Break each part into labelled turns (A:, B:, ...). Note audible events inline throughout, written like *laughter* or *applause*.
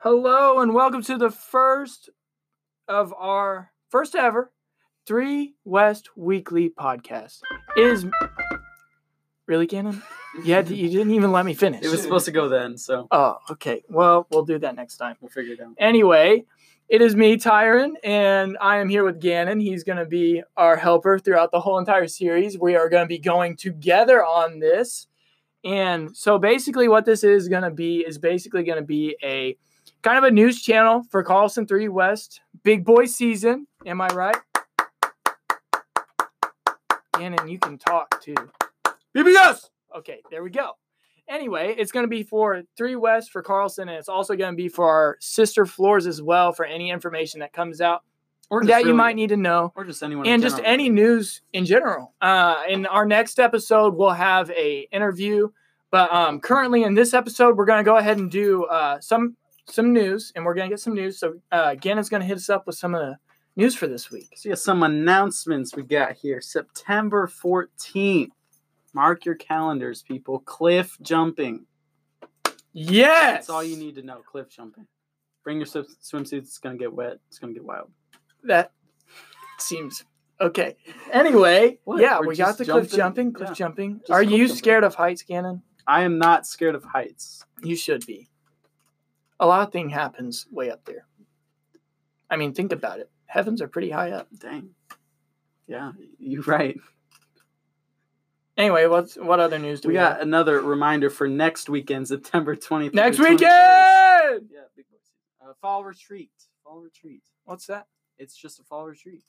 A: Hello and welcome to the first of our first ever Three West Weekly podcast. It Is really canon? Yeah, you didn't even let me finish.
B: It was supposed to go then, so
A: Oh, okay. Well, we'll do that next time.
B: we'll figure it out.
A: Anyway, it is me, Tyron, and I am here with Gannon. He's going to be our helper throughout the whole entire series. We are going to be going together on this. And so basically what this is going to be is basically going to be a kind of a news channel for Carlson 3 West Big Boy season, am I right? Gannon, you can talk too. BBS. Okay, there we go anyway, it's going to be for Three West for Carlson, and it's also going to be for our sister floors as well for any information that comes out
B: Or
A: that you
B: really-
A: might need to know,
B: or just anyone, in
A: and just
B: general.
A: any news in general. Uh, in our next episode, we'll have a interview, but um, currently in this episode, we're going to go ahead and do uh, some some news, and we're going to get some news. So uh, Gannon's going to hit us up with some of the news for this week.
B: So yeah, some announcements we got here. September fourteenth. Mark your calendars, people. Cliff jumping.
A: Yes,
B: That's all you need to know. Cliff jumping. Bring your swim- swimsuits. It's gonna get wet. It's gonna get wild.
A: That seems okay. Anyway,
B: What?
A: yeah,
B: We're
A: we got
B: just
A: the cliff
B: jumping?
A: jumping. Cliff
B: Yeah.
A: jumping.
B: Just
A: Are
B: cliff
A: you
B: jumping.
A: scared of heights, Gannon?
B: I am not scared of heights.
A: You should be. A lot of thing happens way up there. I mean, think about it. Heavens are pretty high up.
B: Dang. Yeah, you're *laughs* right.
A: Anyway, what's what other news do
B: We
A: we,
B: got
A: have?
B: another reminder for next weekend, September 20th. through
A: next
B: the 21st.
A: weekend?
B: Yeah, big boys. Uh, fall retreat. Fall retreat.
A: What's that?
B: It's just a fall retreat.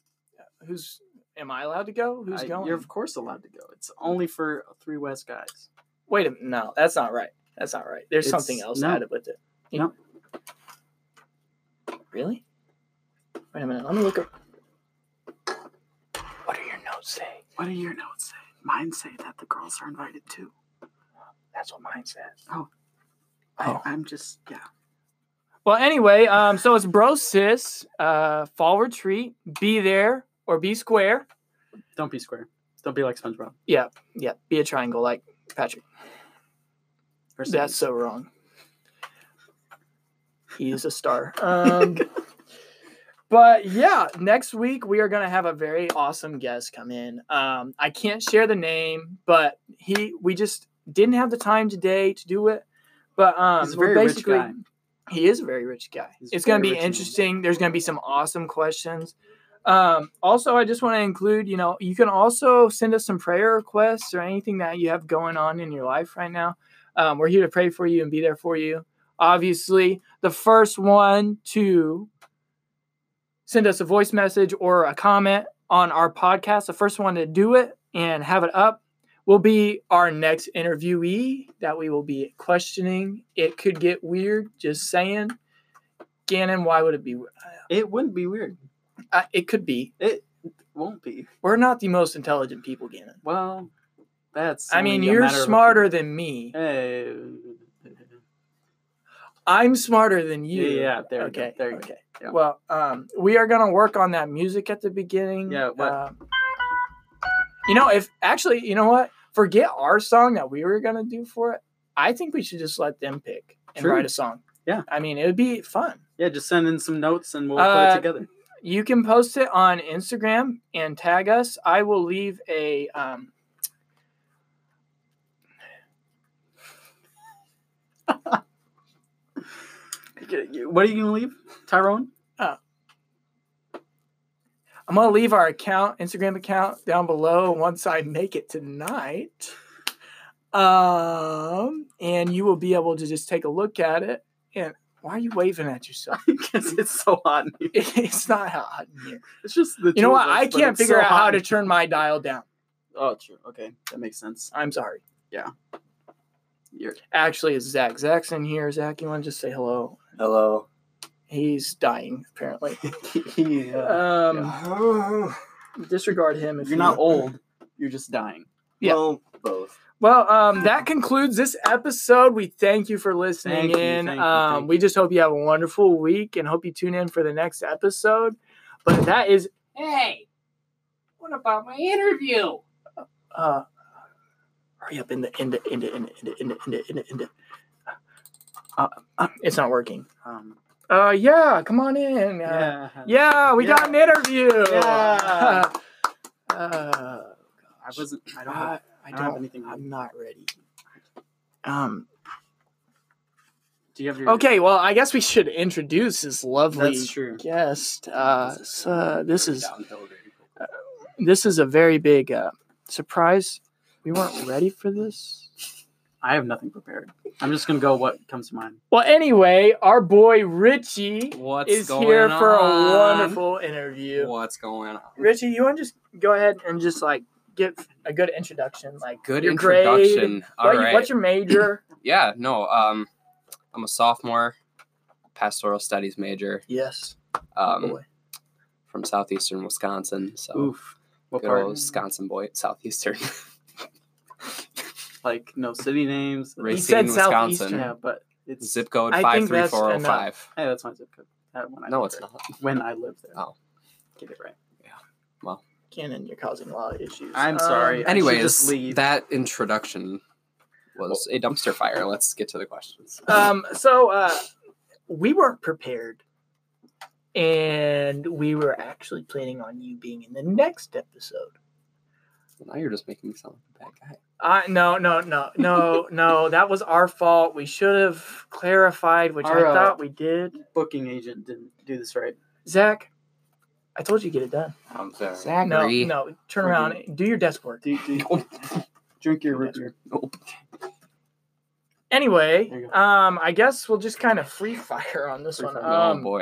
A: Who's am I allowed to go? Who's
B: I-
A: going?
B: You're of course allowed to go. It's only for three West guys.
A: Wait a minute. No, that's not right. That's not right. There's something
B: It's-
A: else
B: no.
A: added with it. You-
B: No.
A: Really? Wait a minute. Let me look up. What do your notes say?
B: What do your notes say? Mine say that the girls are invited too.
A: That's what mine says.
B: Oh.
A: Oh.
B: I, am just yeah.
A: Well, anyway, um, so it's bro sis, uh, fall retreat, be there or be square.
B: Don't be square. Don't be like SpongeBob.
A: Yeah, be a triangle like Patrick.
B: Or something.
A: That's so wrong. He is a star. *laughs* Um, but yeah, next week we are going to have a very awesome guest come in. Um, I can't share the name, but he we just didn't have the time today to do it. But um,
B: He's a
A: we're
B: very rich
A: basically,
B: guy.
A: He is a very rich guy.
B: He's
A: it's going
B: very
A: to be
B: rich man.
A: interesting. There's going to be some awesome questions. Um, also, I just want to include, you know, you can also send us some prayer requests or anything that you have going on in your life right now. Um, we're here to pray for you and be there for you. Obviously, the first one to send us a voice message or a comment on our podcast, the first one to do it and have it up will be our next interviewee that we will be questioning. It could get weird, just saying. Gannon, why would it be? we-
B: It wouldn't be weird.
A: Uh, it could be.
B: It won't be.
A: We're not the most intelligent people, Gannon.
B: Well, that's.
A: I mean,
B: only a
A: you're
B: matter of-
A: smarter than me.
B: Hey.
A: I'm smarter than you.
B: Yeah, yeah, there you go,
A: okay.
B: there you go,
A: okay.
B: yeah.
A: Well, um, we are gonna work on that music at the beginning.
B: Yeah, what-
A: um, you know, if actually, you know what? Forget our song that we were gonna do for it. I think we should just let them pick and
B: True.
A: write a song.
B: Yeah.
A: I mean, it would be fun.
B: Yeah, just send in some notes and we'll put
A: Uh,
B: it together.
A: You can post it on Instagram and tag us. I will leave a. Um,
B: What are you gonna leave, Tyrone? *laughs*
A: I'm gonna leave our account, Instagram account, down below once I make it tonight. Um, and you will be able to just take a look at it. And why are you waving at yourself? *laughs*
B: Because it's so hot. in here.
A: it's not hot in here.
B: It's just the.
A: You know what? I can't figure out how to turn my dial down.
B: Oh, true. Okay, that makes sense.
A: I'm sorry.
B: You're-
A: Actually, it's Zach. Zach's in here. Zach, you want to just say hello?
C: *laughs* Hello.
A: He's dying
B: *laughs*
A: apparently.
B: yeah.
A: Um,
C: Um,
A: disregard him if
B: You're
A: you-
C: *laughs*
B: not old. You're just dying.
A: Yeah.
C: Well, both.
A: Well, um, that concludes this episode. We thank you for listening
B: Thank you,
A: in.
B: thank you,
A: um,
B: thank
A: we just hope you have a wonderful week and hope you tune in for the next episode. But that is,
D: Hey, what about my interview?
A: uh, hurry up in the in the in the in the in the in the in the in the. in the- Uh, uh, it's not working.
B: Um,
A: uh, yeah, come on in. Uh,
B: Yeah.
A: yeah, we got an interview.
B: Yeah.
A: *laughs* uh,
B: I wasn't. I don't.
C: Uh,
A: I, I
B: don't have
A: don't.
B: anything.
A: I'm not ready. Um.
B: Do you have your?
A: Okay. Well, I guess we should introduce this lovely
B: That's true.
A: guest. Uh, so, uh, this is
B: Downhill very quick.
A: this is a very big uh, surprise. We weren't ready for this.
B: I have nothing prepared. I'm just gonna go what comes to mind.
A: Well, anyway, our boy Richie
C: What's
A: is
C: going
A: here
C: on?
A: for a wonderful interview.
C: What's going on?
A: Richie, you want to just go ahead and just like get a good introduction, like
C: Good
A: your grade,
C: introduction. All
A: what
C: right.
A: you- What's your major?
C: yeah. No. Um, I'm a sophomore, pastoral studies major.
A: yes.
C: Um,
A: boy.
C: from southeastern Wisconsin. So
B: Oof. What
C: Oh. good
B: part?
C: old Wisconsin boy, southeastern. *laughs*
B: Like no city names.
A: He
C: Racine,
A: said
C: Wisconsin.
A: southeastern.
B: Yeah, but it's
C: Zip code
A: I
C: five
A: think
C: three
A: that's
C: four zero five.
B: Hey, that's my zip code. That one I
C: No,
B: lived
C: it's
B: there.
C: not.
B: When I lived there.
C: Oh.
B: Get it right.
A: Canon, you're causing a lot of issues.
B: I'm
A: Um,
B: sorry. I should
C: Anyways,
B: just leave.
C: that introduction was a dumpster fire. Let's get to the questions.
A: Um, so uh, we weren't prepared, and we were actually planning on you being in the next episode.
C: now you're just making me sound like a bad guy.
A: Uh, no, no, no,
B: *laughs*
A: no, no. That was our fault. We should have clarified, which
B: All
A: I
B: right.
A: thought we did.
B: Booking agent didn't do this right.
A: Zach, I told you to get it done.
C: I'm
A: No, no. Turn around. Do your desk work.
B: Do, you- do,
C: *laughs*
B: you- drink your root beer.
A: Anyway,
B: There you go.
A: um, I guess we'll just kind of free fire on this
B: Free
A: one.
B: fire.
C: oh
A: Um,
C: boy,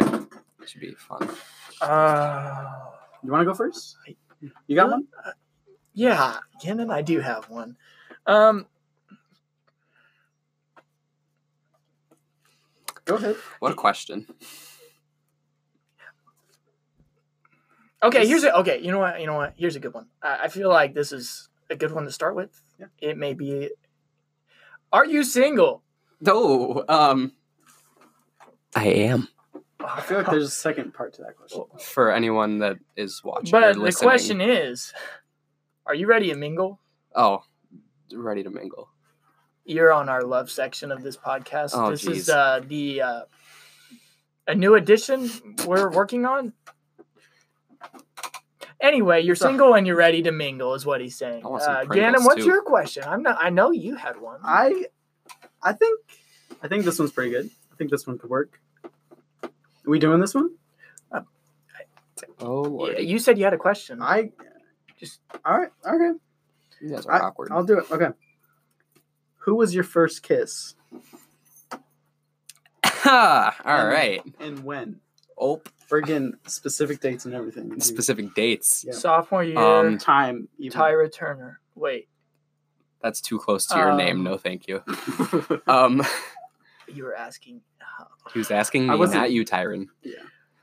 C: should be fun.
A: uh,
B: You want to go first? You got
A: Really?
B: one?
A: yeah, Kenan, I do have one. Um,
B: Go ahead.
C: What a question.
A: okay, here's a okay. You know what? You know what? Here's a good one. I, I feel like this is a good one to start with.
B: Yeah.
A: It may be. Are you single?
C: No, um, I am.
B: I feel like there's a second part to that question.
C: For anyone that is watching, or
A: But the
C: listening.
A: question is, are you ready to mingle?
C: Oh, ready to mingle.
A: you're on our love section of this podcast.
C: Oh,
A: this is
C: geez.
A: uh, the uh, a new edition we're working on. Anyway, you're
B: So-
A: single and you're ready to mingle, is what he's saying.
C: I want some
A: Uh,
C: Pringles,
A: Gannon, what's
C: too.
A: your question? I'm not. I know you had one.
B: I, I think, I think this one's pretty good. I think this one could work. Are we doing this one?
C: Oh
A: Y-
C: lord,
A: you said you had a question.
B: I
A: Just-
B: all right. Okay,
C: you guys are awkward.
B: I'll do it. Okay. Who was your first kiss
C: *laughs* All right.
B: and when?
C: Oh,
B: Friggin' specific dates and everything. dude.
C: specific dates.
B: yeah.
A: Sophomore year,
C: Um,
B: time. Even.
A: Tyra Turner. Wait,
C: That's too close to your name.
A: Um,
C: No, thank you. Um,
A: you were asking. uh,
C: he was asking
B: I
C: me,
B: wasn't-
C: not you, Tyron.
B: *laughs*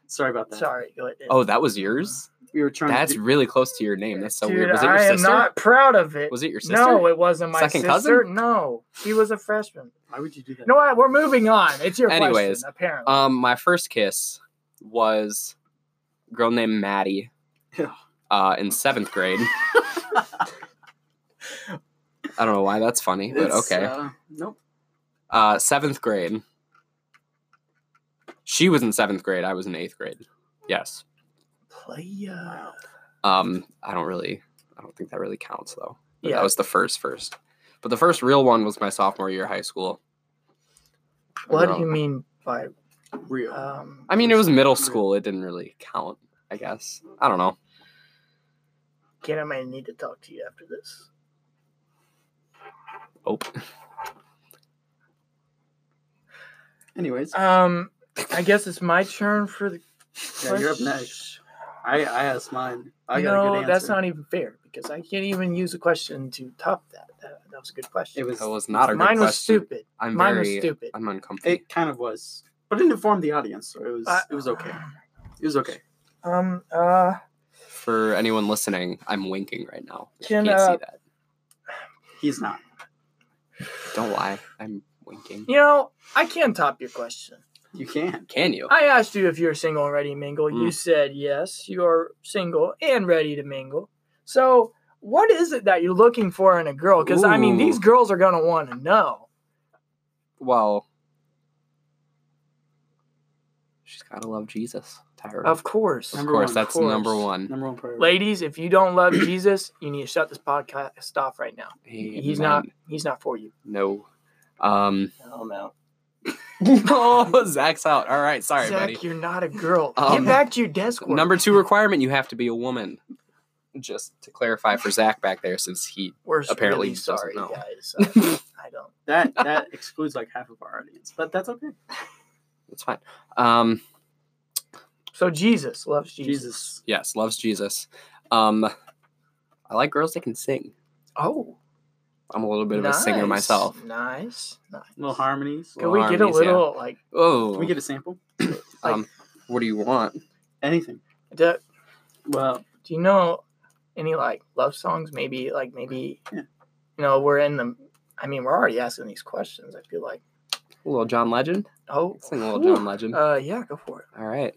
B: Sorry about that.
A: sorry. Go ahead.
C: Oh, that was yours.
B: We were trying.
C: That's
B: to do-
C: really close to your name. That's so
A: Dude,
C: weird. Was it your
A: I
C: sister?
A: am not proud of it.
C: Was it your sister?
A: No, it wasn't my
C: Second
A: sister.
C: cousin?
A: No, he was a freshman.
B: Why would you do that?
A: You know what? We're moving on. It's your
C: Anyways,
A: question, apparently.
C: Um, my first kiss was a girl
B: *laughs*
C: named Maddie.
B: Yeah.
C: Uh, in seventh grade. I don't know why that's funny, but
B: It's,
C: okay.
B: uh, nope.
C: Uh, seventh grade. She was in seventh grade. I was in eighth grade. Yes.
A: Playa.
C: Um, I don't really. I don't think that really counts though. But
A: Yeah.
C: That was the first first. But the first real one was my sophomore year of high school. A
A: what
C: girl-
A: do you mean by
B: Real.
A: um?
C: I mean, it was middle school. It didn't really count. I guess. I don't know.
A: Ken, I may need to talk to you after this.
C: Oh.
B: Anyways,
A: Um, I guess it's my turn for the.
B: yeah, you're up
A: question.
B: next. I I asked mine. I got a
A: no,
B: good answer.
A: that's not even fair because I can't even use a question to top that. That, that was a good question.
B: It was.
C: *laughs*
A: *laughs*
C: That was not a good
A: Mine was
C: question.
A: stupid.
C: I'm
A: Mine
C: very.
A: was stupid.
C: I'm uncomfortable.
B: It kind of was, but it informed the audience, so it was.
A: I-
B: it was okay. It was okay.
A: Um. Uh.
C: For anyone listening, I'm winking right now. You
A: Can,
C: can't
A: uh,
C: see that.
B: He's not.
C: Don't lie. I'm winking.
A: You know, I can top your question.
B: You can't.
C: Can you?
A: I asked you if you're single and ready to mingle. You
C: Mm.
A: said yes, you're single and ready to mingle. So, what is it that you're looking for in a girl? Because I mean,
C: Ooh.
A: these girls are gonna want to know.
C: well She's got to love Jesus. Tyra.
A: Of course.
C: Of course, that's number one.
B: Number one priority.
A: Ladies, if you don't love Jesus, you need to shut this podcast off right now. He's
C: Amen.
A: not he's not for you.
C: No.
A: *laughs*
C: Um. *laughs*
D: Hell no.
C: oh, Zach's out. All right. Sorry,
A: Zach,
C: buddy.
A: you're not a girl.
C: Um,
A: Get back to your desk work.
C: Number two requirement: you have to be a woman. Just to clarify for Zach back there, since he
A: We're really
C: apparently he doesn't
A: sorry,
C: know.
A: guys. I, I don't.
B: That that *laughs* excludes like half of our audience, but that's okay.
C: it's fine. Um.
A: So Jesus loves Jesus.
B: Jesus.
C: Yes, loves Jesus. Um. I like girls that can sing.
A: Oh,
C: I'm a little bit of a singer
A: nice,
C: myself.
A: Nice, nice.
B: Little harmonies.
A: Can we get a
C: harmonies, yeah.
A: little like?
C: Oh,
B: Can we get a sample?
A: like-
C: um, what do you want?
B: Anything.
A: Do,
B: Well,
A: do you know any like love songs? Maybe like maybe
B: Yeah.
A: you know we're in the. I mean, we're already asking these questions. I feel like
C: A little John Legend.
A: oh,
C: Sing a little
A: whew.
C: John Legend.
A: Uh, yeah, go for it.
C: All right.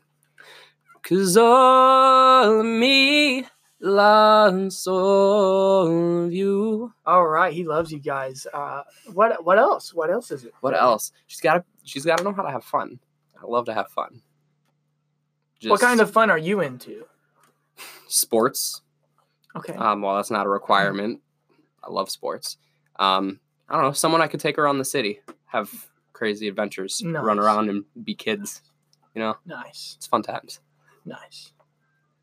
C: Cause all of me loves all of you.
A: All right, he loves you guys. Uh, what what else? What else is it?
C: What else? She's got. She's got to know how to have fun. I love to have fun.
A: What kind of fun are you into?
C: sports?
A: Okay.
C: Um, well, that's not a requirement. I love sports. Um, I don't know. Someone I could take around the city, have crazy adventures, run
A: Nice.
C: around and be kids. You know,
A: nice,
C: it's fun times.
A: nice.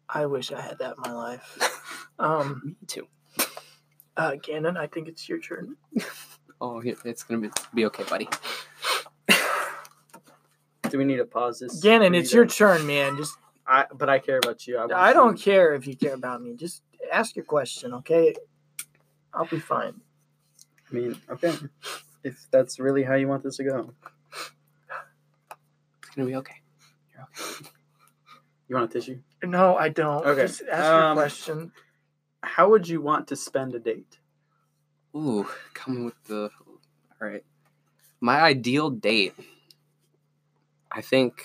A: I wish I had that in my life. Um,
C: Me too.
A: uh, Gannon, I think it's your turn.
C: Oh, it- it's gonna be, be okay, buddy.
B: do we need to pause this?
A: Gannon,
B: We
A: it's
B: need
A: your
B: to-
A: turn, man. Just
B: I, but I care about you. I, want
A: I don't
B: you-
A: care if you care about me. Just ask your question, okay? I'll be fine.
B: I mean, okay. If that's really how you want this to go,
C: It's gonna be okay.
B: you want a tissue?
A: No, I don't.
B: Okay,
A: Just ask your
B: um,
A: question.
B: How would you want to spend a date?
C: Ooh, coming with the. All right. My ideal date. I think.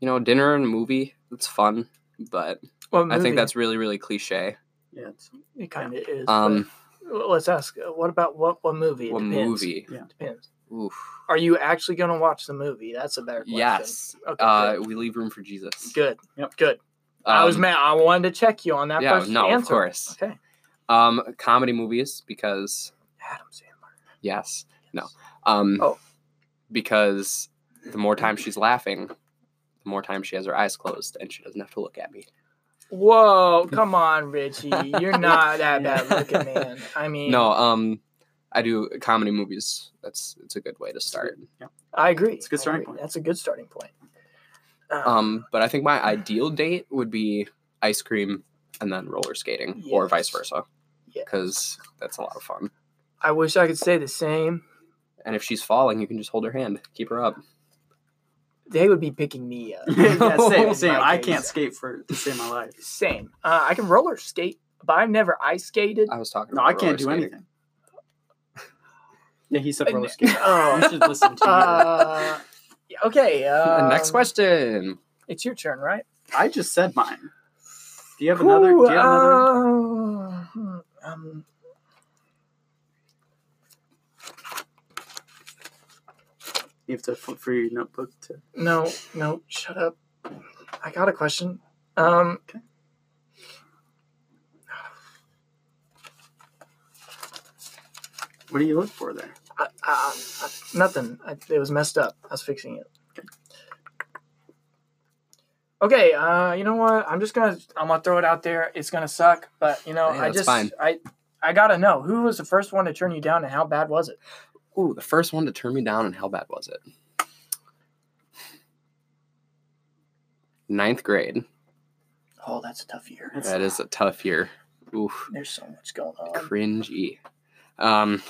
C: You know, dinner and a movie. It's fun, but
A: Well,
C: I think that's really, really cliche.
B: *laughs* Yeah, it's, *laughs*
A: it. Kind of is.
C: Um,
A: but let's ask. uh, What about what? What movie? It
C: what
A: depends.
C: movie?
A: It depends.
C: Oof.
A: Are you actually going to watch the movie? That's a better question.
C: Yes.
A: Okay.
C: Uh,
A: good.
C: we leave room for Jesus.
A: good.
B: Yep.
A: Good. I was
C: Um,
A: mad. I wanted to check you on that
C: Yeah.
A: first
C: No.
A: answer.
C: Of course.
A: Okay.
C: Um, comedy movies because
A: Adam Sandler.
C: Yes. No. Um,
A: Oh. Mm.
C: Because the more time she's laughing, the more time she has her eyes closed and she doesn't have to look at me. *laughs*
A: Whoa, come on, Richie. You're not that bad looking, man.
C: *laughs*
A: I mean,
C: No, um, I do comedy movies. That's it's a good way to start.
A: I agree.
B: It's a good
A: I
B: starting
A: agree.
B: point.
A: That's a good starting point.
C: Um, but I think my ideal date would be ice cream and then roller skating or vice
A: Yes.
C: versa
A: Yes.
C: because that's a lot of fun.
A: I wish I could say the same.
C: And if she's falling, you can just hold her hand, keep her up.
A: They would be picking me up.
B: *laughs* yeah,
A: Oh,
B: same, same.
A: my
B: I can't
A: days.
B: skate for to save my life.
A: Same. Uh, I can roller skate, but I've never ice skated. *laughs*
C: I was talking.
B: No,
C: about
B: I can't
C: roller
B: do
C: skating.
B: anything. Yeah, he said
A: And-
B: roller skating.
A: oh.
B: you should listen *laughs* to me.
A: Uh, yeah,
B: *laughs*
A: okay. Uh,
B: Um,
C: Next question.
A: It's your turn, right?
B: I just said mine. Do you have another? Do you
A: Ooh,
B: have another?
A: uh, hmm, um,
B: You have to flip through your notebook to.
A: no, no, shut up. I got a question. Um,
B: What do you look for there?
A: I, I, I, nothing. I, it was messed up. I was fixing it. Okay, uh, you know what? I'm just gonna I'm gonna throw it out there. It's gonna suck, but you know,
C: Yeah,
A: I
C: that's
A: just
C: fine.
A: I I gotta know who was the first one to turn you down and how bad was it?
C: Ooh, the first one to turn me down, and how bad was it? Ninth grade.
A: Oh, that's a tough year.
B: That's-
C: That is a tough year. Oof,
A: There's so much going on.
C: cringy. Um,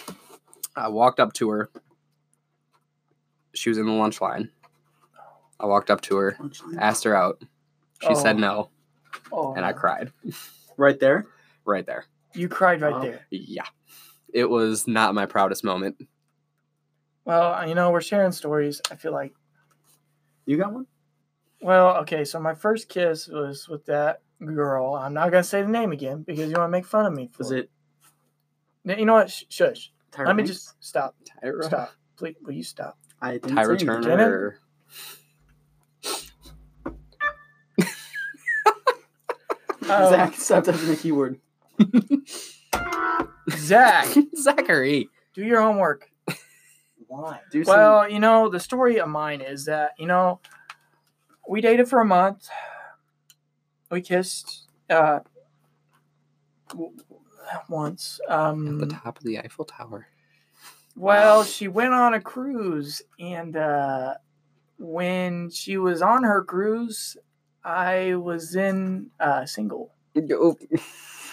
C: I walked up to her. She was in the lunch line. I walked up to her, asked her out. She said
A: Oh.
C: no,
A: Oh,
C: and I cried
B: Right there.
C: right there.
A: you cried right
B: Oh.
A: there.
C: Yeah, it was not my proudest moment.
A: Well, uh, you know, we're sharing stories. I feel like
B: You got one?
A: Well, okay, so my first kiss was with that girl. I'm not gonna say the name again because you want to make fun of me. For
B: Was it?
A: N- You know what? Sh- shush.
B: Tyra
A: Let me
B: Banks?
A: just stop.
C: Tyra,
A: Stop. Please, will you stop?
B: I didn't say
C: Tyra
B: anything.
C: Turner.
A: Um,
B: *laughs*
D: Oh.
B: Zach, stop typing the keyword.
A: Zach,
C: *laughs* Zachary.
A: do your homework.
B: Why? Do well,
A: Well, you know, the story of mine is that, you know, we dated for a month. We kissed uh, w- once.
C: At the
A: Um,
C: top of the Eiffel Tower.
A: well, she went on a cruise, and uh, when she was on her cruise, I was in uh, single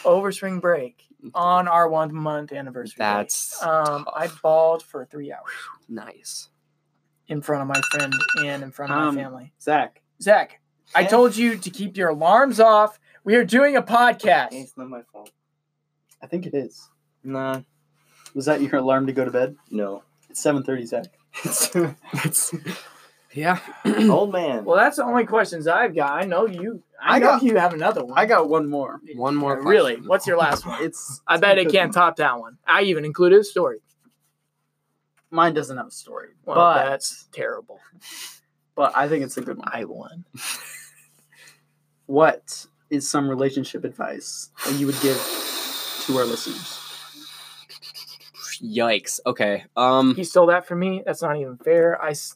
A: over spring break on our one month anniversary. date. *laughs*
C: That's
A: um, I
C: tough.
A: bawled for three hours
C: nice.
A: in front of my friend and in front of
B: Um,
A: my family.
B: Zach.
A: Zach, I
B: Yeah.
A: told you to keep your alarms off. We are doing a podcast.
D: It's not my fault.
B: I think it is.
D: Nah,
B: Was that your alarm to go to bed?
D: no.
B: It's 7.30,
D: *laughs*
B: Zach.
C: That's yeah.
D: Old man.
A: Well, that's the only questions I've got. I know you. I,
B: I
A: know
B: got-
A: you have another one.
B: I got one more.
C: One more.
A: Uh, really.
C: question.
A: What's your *laughs* last one?
B: It's
A: I bet it can't top that one. I even included a story.
B: Mine doesn't have a story,
A: Well,
B: but
A: that's terrible.
B: but I think it's a good one.
A: I won.
B: What is some relationship advice that you would give to our listeners?
C: Yikes. Okay. Um.
A: He stole that from me. That's not even fair. I s-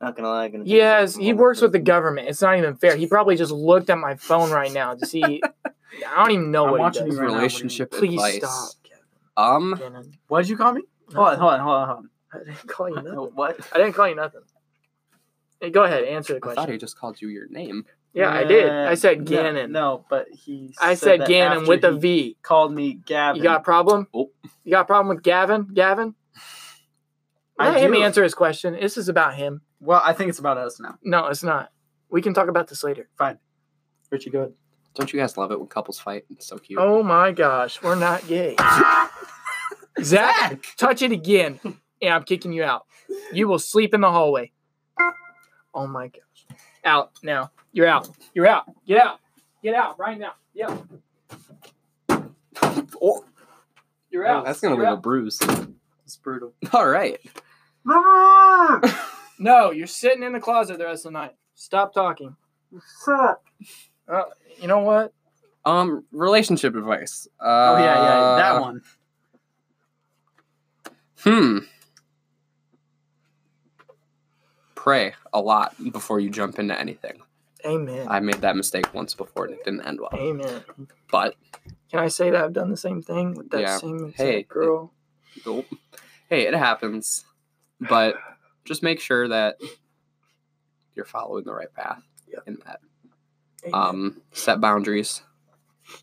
D: Not gonna lie. I'm Gonna take
A: yes,
D: this
A: he
D: moment
A: works with the
D: to-
A: government. It's not even fair. He probably just looked at my phone right now to see. *laughs* I don't even know
B: I'm
A: what
B: watching
A: he does.
B: you right now.
C: relationship
A: Please
C: advice.
A: stop.
C: Um.
A: *laughs* Gannon.
B: What did you call me? Hold on, hold on, hold on, hold on.
A: Oh, I didn't call
B: *laughs*
A: you nothing.
B: What?
A: I didn't call you nothing. Hey, go ahead, answer the
C: I thought
A: question.
C: he just called you your name.
A: yeah, I did.
B: Uh,
A: I said
B: no,
A: Gannon.
B: No, but he.
A: I said,
B: that
A: Gannon
B: after
A: with a
B: he
A: V.
B: Called me Gavin.
A: You got a problem?
C: Oh.
A: You got a problem with Gavin? Gavin?
B: I
A: Let him
B: do.
A: answer his question. This is about him.
B: Well, I think it's about us now.
A: No, it's not. We can talk about this later.
B: Richie, go ahead.
C: Don't you guys love it when couples fight? It's so cute.
A: Oh my gosh, we're not
C: *laughs*
A: gay. Zach, touch it again, and I'm kicking you out. You will sleep in the hallway. Oh my gosh. Out now. You're out. You're out. Get out. Get out right now. Yep.
C: Oh,
A: You're out.
C: that's gonna
A: You're
C: leave
A: out.
C: a bruise. *laughs*
B: It's brutal. *laughs* Ah,
C: All right.
A: No, you're sitting in the closet the rest of the night. Stop talking. Uh, you know what?
C: Um. Relationship advice. Uh,
B: Oh yeah, yeah, that one.
C: Hmm. Pray a lot before you jump into anything.
A: Amen.
C: I made that mistake once before and it didn't end well.
A: Amen.
C: But
A: Can I say that I've done the same thing with that
C: Yeah.
A: same exact
C: Hey.
A: girl?
C: nope. hey, it happens. But just make sure that you're following the right path
A: Yeah.
C: in that.
A: Amen.
C: Um, set boundaries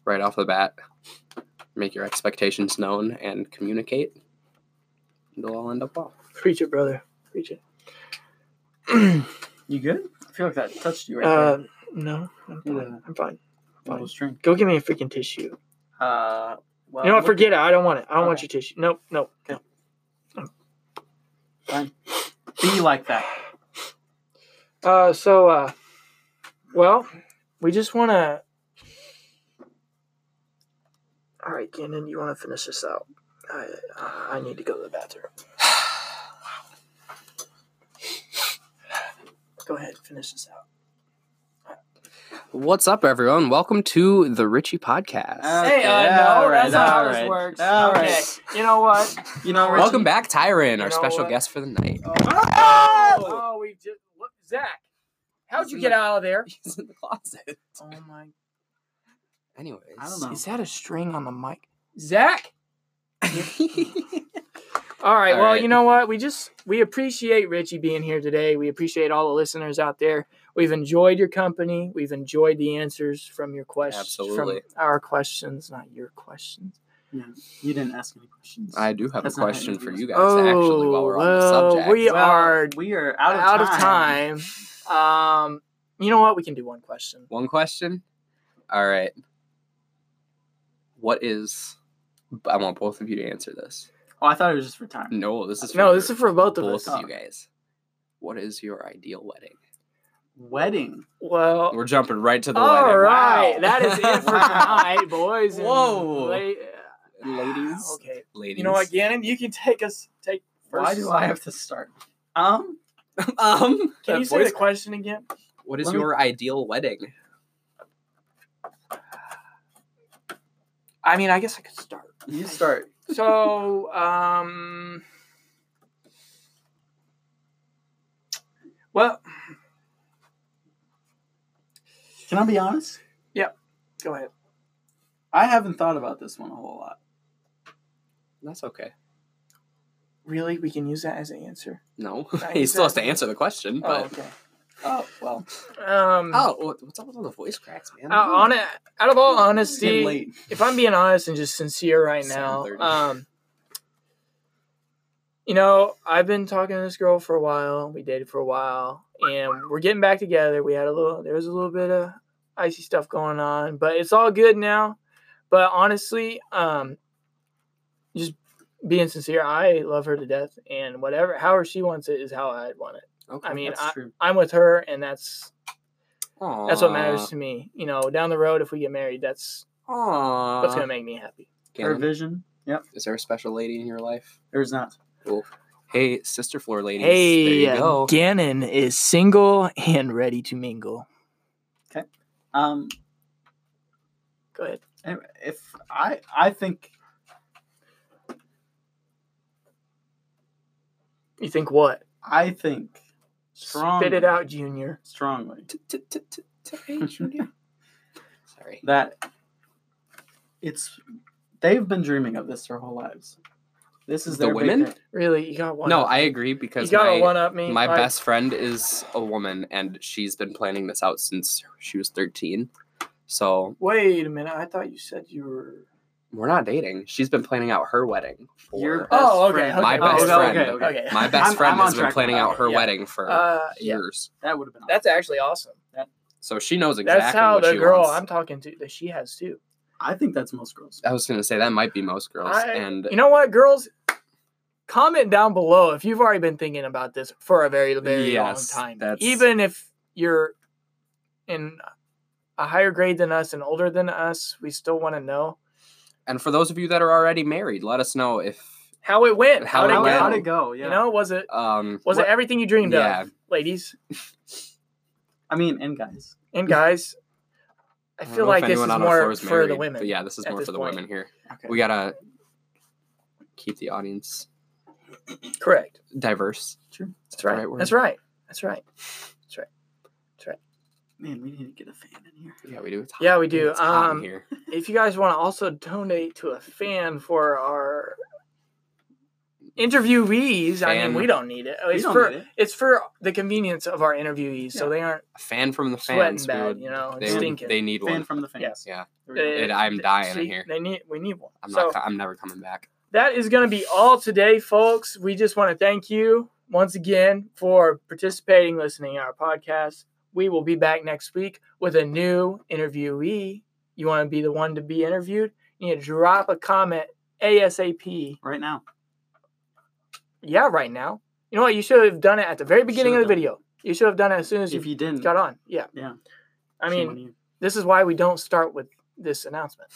C: right off the bat. Make your expectations known and communicate. It'll all end up well.
A: Preach it, brother. Preach it. *clears throat*
B: You good? I feel like that touched you right
A: Uh, no, I'm
B: Yeah.
A: fine. I'm fine.
B: there. Little string.
A: Go give me a freaking tissue.
B: Uh, well,
A: you know what?
B: look-
A: Forget it. I don't want it. I don't want
B: Okay.
A: your tissue. Nope. Nope. No.
B: Be like that.
A: Uh, so, uh, well, we just want to. All right, Cannon, you want to finish this out? I I I need to go to the bathroom. *sighs* Go ahead, finish this out.
C: What's up, everyone? Welcome to the Richie Podcast.
A: Hey, uh,
B: Okay,
A: no,
B: all
A: that's not how
B: all
A: this
B: right,
A: works.
B: All
A: Okay.
B: right.
A: You know what?
B: You know, Richie,
C: Welcome back, Tyron,
A: You
C: our
A: know
C: special
A: what?
C: guest for the night. *laughs*
A: Oh, we just look, Zach. How'd
C: He's
A: you
C: in
A: get
C: the-
A: out of there?
C: He's in the closet.
A: Oh my!
C: Anyways.
B: I don't know.
A: Is that a string on the mic, Zach?
C: know.
A: All right.
C: All
A: well,
C: right.
A: you know what? We just we appreciate Richie being here today. We appreciate all the listeners out there. We've enjoyed your company. We've enjoyed the answers from your questions.
C: Absolutely.
A: From our questions, not your questions.
B: *laughs* You didn't ask any questions.
C: I do have
B: That's
C: a
B: not how
C: question for
B: interviews
C: you guys,
A: Oh,
C: actually, while we're on
A: well,
C: the subject.
A: we
B: Well,
A: are
B: we are out of
A: out
B: time.
A: of time. Um, you know what? We can do one question.
C: One question? All right. What is. I want both of you to answer this.
B: Oh, I thought it was just for time.
A: Hmm.
C: No, this is for
A: No, this is for both of
C: both
A: us.
C: of you guys. What is your ideal wedding?
B: Wedding.
A: Well,
C: We're jumping right to the
A: Oh. All
C: wedding.
A: right,
B: Wow.
A: that is it for
B: Wow.
A: tonight, boys. and
C: Whoa.
A: la-
C: Ladies.
A: Okay.
C: Ladies.
A: You know what, Gannon? You can take us. Take. First
B: Why do I have to start? Um,
C: *laughs* Um,
A: Can
B: that
A: you say
B: voice-
A: the question again?
C: what is
B: Let me-
C: your ideal wedding?
A: I mean, I guess I could start.
B: You start.
A: So, um, well,
B: Can I be honest?
A: go ahead.
B: I haven't thought about this one a whole lot.
C: That's okay.
A: Really, we can use that as an answer.
C: No, *laughs*
A: Right,
C: he still has to answer the question.
A: Oh,
C: But
B: Oh well,
A: okay. Um,
C: oh, what- what's up with all the voice cracks, man?
A: out, on it, out of all
B: it's getting
A: honesty,
B: late.
A: if I'm being honest and just sincere right now,
C: 7:30.
A: um, you know, I've been talking to this girl for a while. We dated for a while, and we're getting back together. We had a little, there was a little bit of icy stuff going on, but it's all good now. But honestly, um, just being sincere, I love her to death, and whatever, however she wants it is how I'd want it.
C: okay.
A: oh, I mean,
B: That's
A: I,
B: true.
A: I'm with her, and that's that's what
C: Aw.
A: matters to me. You know, down the road, if we get married, that's
C: Aw.
A: what's gonna make me happy.
B: Her
C: Cameron,
B: vision. Yep.
C: is there a special lady in your life?
B: There's not.
C: Hey, sister floor ladies.
A: Hey,
C: there you go.
A: Gannon is single and ready to mingle.
B: Um,
A: Go ahead.
B: Anyway, if I I think
A: You think what?
B: I think strongly,
A: Spit it out, Junior.
B: strongly
C: T- t- t- t- t- *laughs* hey, Junior. Sorry.
B: that it's they've been dreaming of this their whole lives. This is
C: The
B: their big
C: women?
B: thing.
A: Really, you got one.
C: No,
A: up.
C: I agree
A: you
C: because
A: got to
C: my,
A: one up me.
C: my
A: Like,
C: best friend is a woman and she's been planning this out since she was 13. So
A: Wait a minute. I thought you said you were.
C: we're not dating. She's been planning out her wedding for
B: Your
A: *laughs*
B: best
A: Oh, okay,
B: friend.
A: okay,
C: My best
B: okay,
C: friend.
B: Okay, okay.
A: Okay.
C: my best
B: I'm-
C: friend
B: I'm on
C: has been
B: track
C: planning
B: now.
C: out her
B: Yeah.
C: wedding for
A: Uh, yeah.
C: years.
B: That would have been
A: That's actually awesome.
C: So she knows exactly
A: That's how
C: what
A: the
C: she
A: girl
C: wants.
A: I'm talking to that she has too.
B: I think that's most girls.
C: I was gonna say that might be most girls,
A: I-
C: and
A: You know what, girls? Comment down below if you've already been thinking about this for a very, very
C: Yes,
A: long time.
C: that's-
A: Even if you're in a higher grade than us and older than us, we still want to know
C: and for those of you that are already married, let us know if
A: how it went.
C: How
A: How'd
C: it
A: it
B: How
C: went.
A: go?
B: how'd it go? Yeah.
A: You know, was it
C: um
A: was
B: What-
A: it everything you dreamed
C: Yeah.
A: of, ladies
B: I mean, and guys.
A: and guys? I
C: don't
A: feel
C: know if
A: like this is
C: anyone on our floor
A: more
C: is
A: for the
C: married,
A: women.
C: But yeah, this is
A: at
C: more
A: this
C: for the
A: point.
C: women here.
B: Okay.
C: We gotta keep the audience
A: Correct.
C: diverse.
B: True.
A: That's right.
C: Right word.
A: That's right. That's right.
B: Man, we need to get a fan in here.
C: Yeah, we do. It's hot.
A: Yeah, we do.
C: It's hot in
A: Um,
C: here.
A: if you guys want to also donate to a fan for our interviewees, I
C: Fan.
A: mean, we don't need it.
B: We
A: It's
B: don't
A: for
B: need it.
A: it's for the convenience of our interviewees, so
B: Yeah.
A: they aren't
C: A fan from the
A: sweating
C: fans. we
A: bad,
C: would-
A: you know, and
C: they, would-
A: stinking.
C: they need
B: Fan
C: one.
B: from the fans.
C: Yeah.
B: There we go.
A: Uh,
C: And I'm dying in
A: See,
C: here.
A: They need we need one.
C: I'm
A: so
C: not. co- I'm never coming back.
A: that is going to be all today, folks. We just want to thank you once again for participating, listening to our podcast. We will be back next week with a new interviewee. You want to be the one to be interviewed? You need to drop a comment ASAP.
B: Right now.
A: Yeah, right now. You know what? You should have done it at the very beginning of
B: Should've
A: the
B: done
A: video. You should have done it as soon as
B: If
A: you
B: you didn't,
A: got on. Yeah.
B: Yeah.
A: I
B: shame
A: mean,
B: on you.
A: this is why we don't start with this announcement.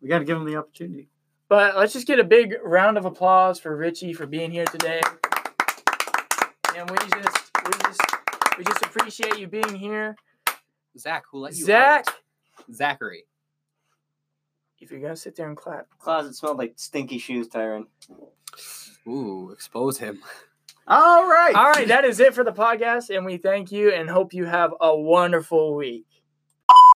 B: we got to give them the opportunity.
A: But let's just get a big round of applause for Richie for being here today. And we just we just we just appreciate you being here.
C: Zach, who let you? out?
A: Zach,
C: Zachary.
A: if you're gonna sit there and clap.
E: Closet smelled like stinky shoes, Tyron.
C: Ooh, expose him.
B: All right.
A: All right, that is it for the podcast, and we thank you and hope you have a wonderful week.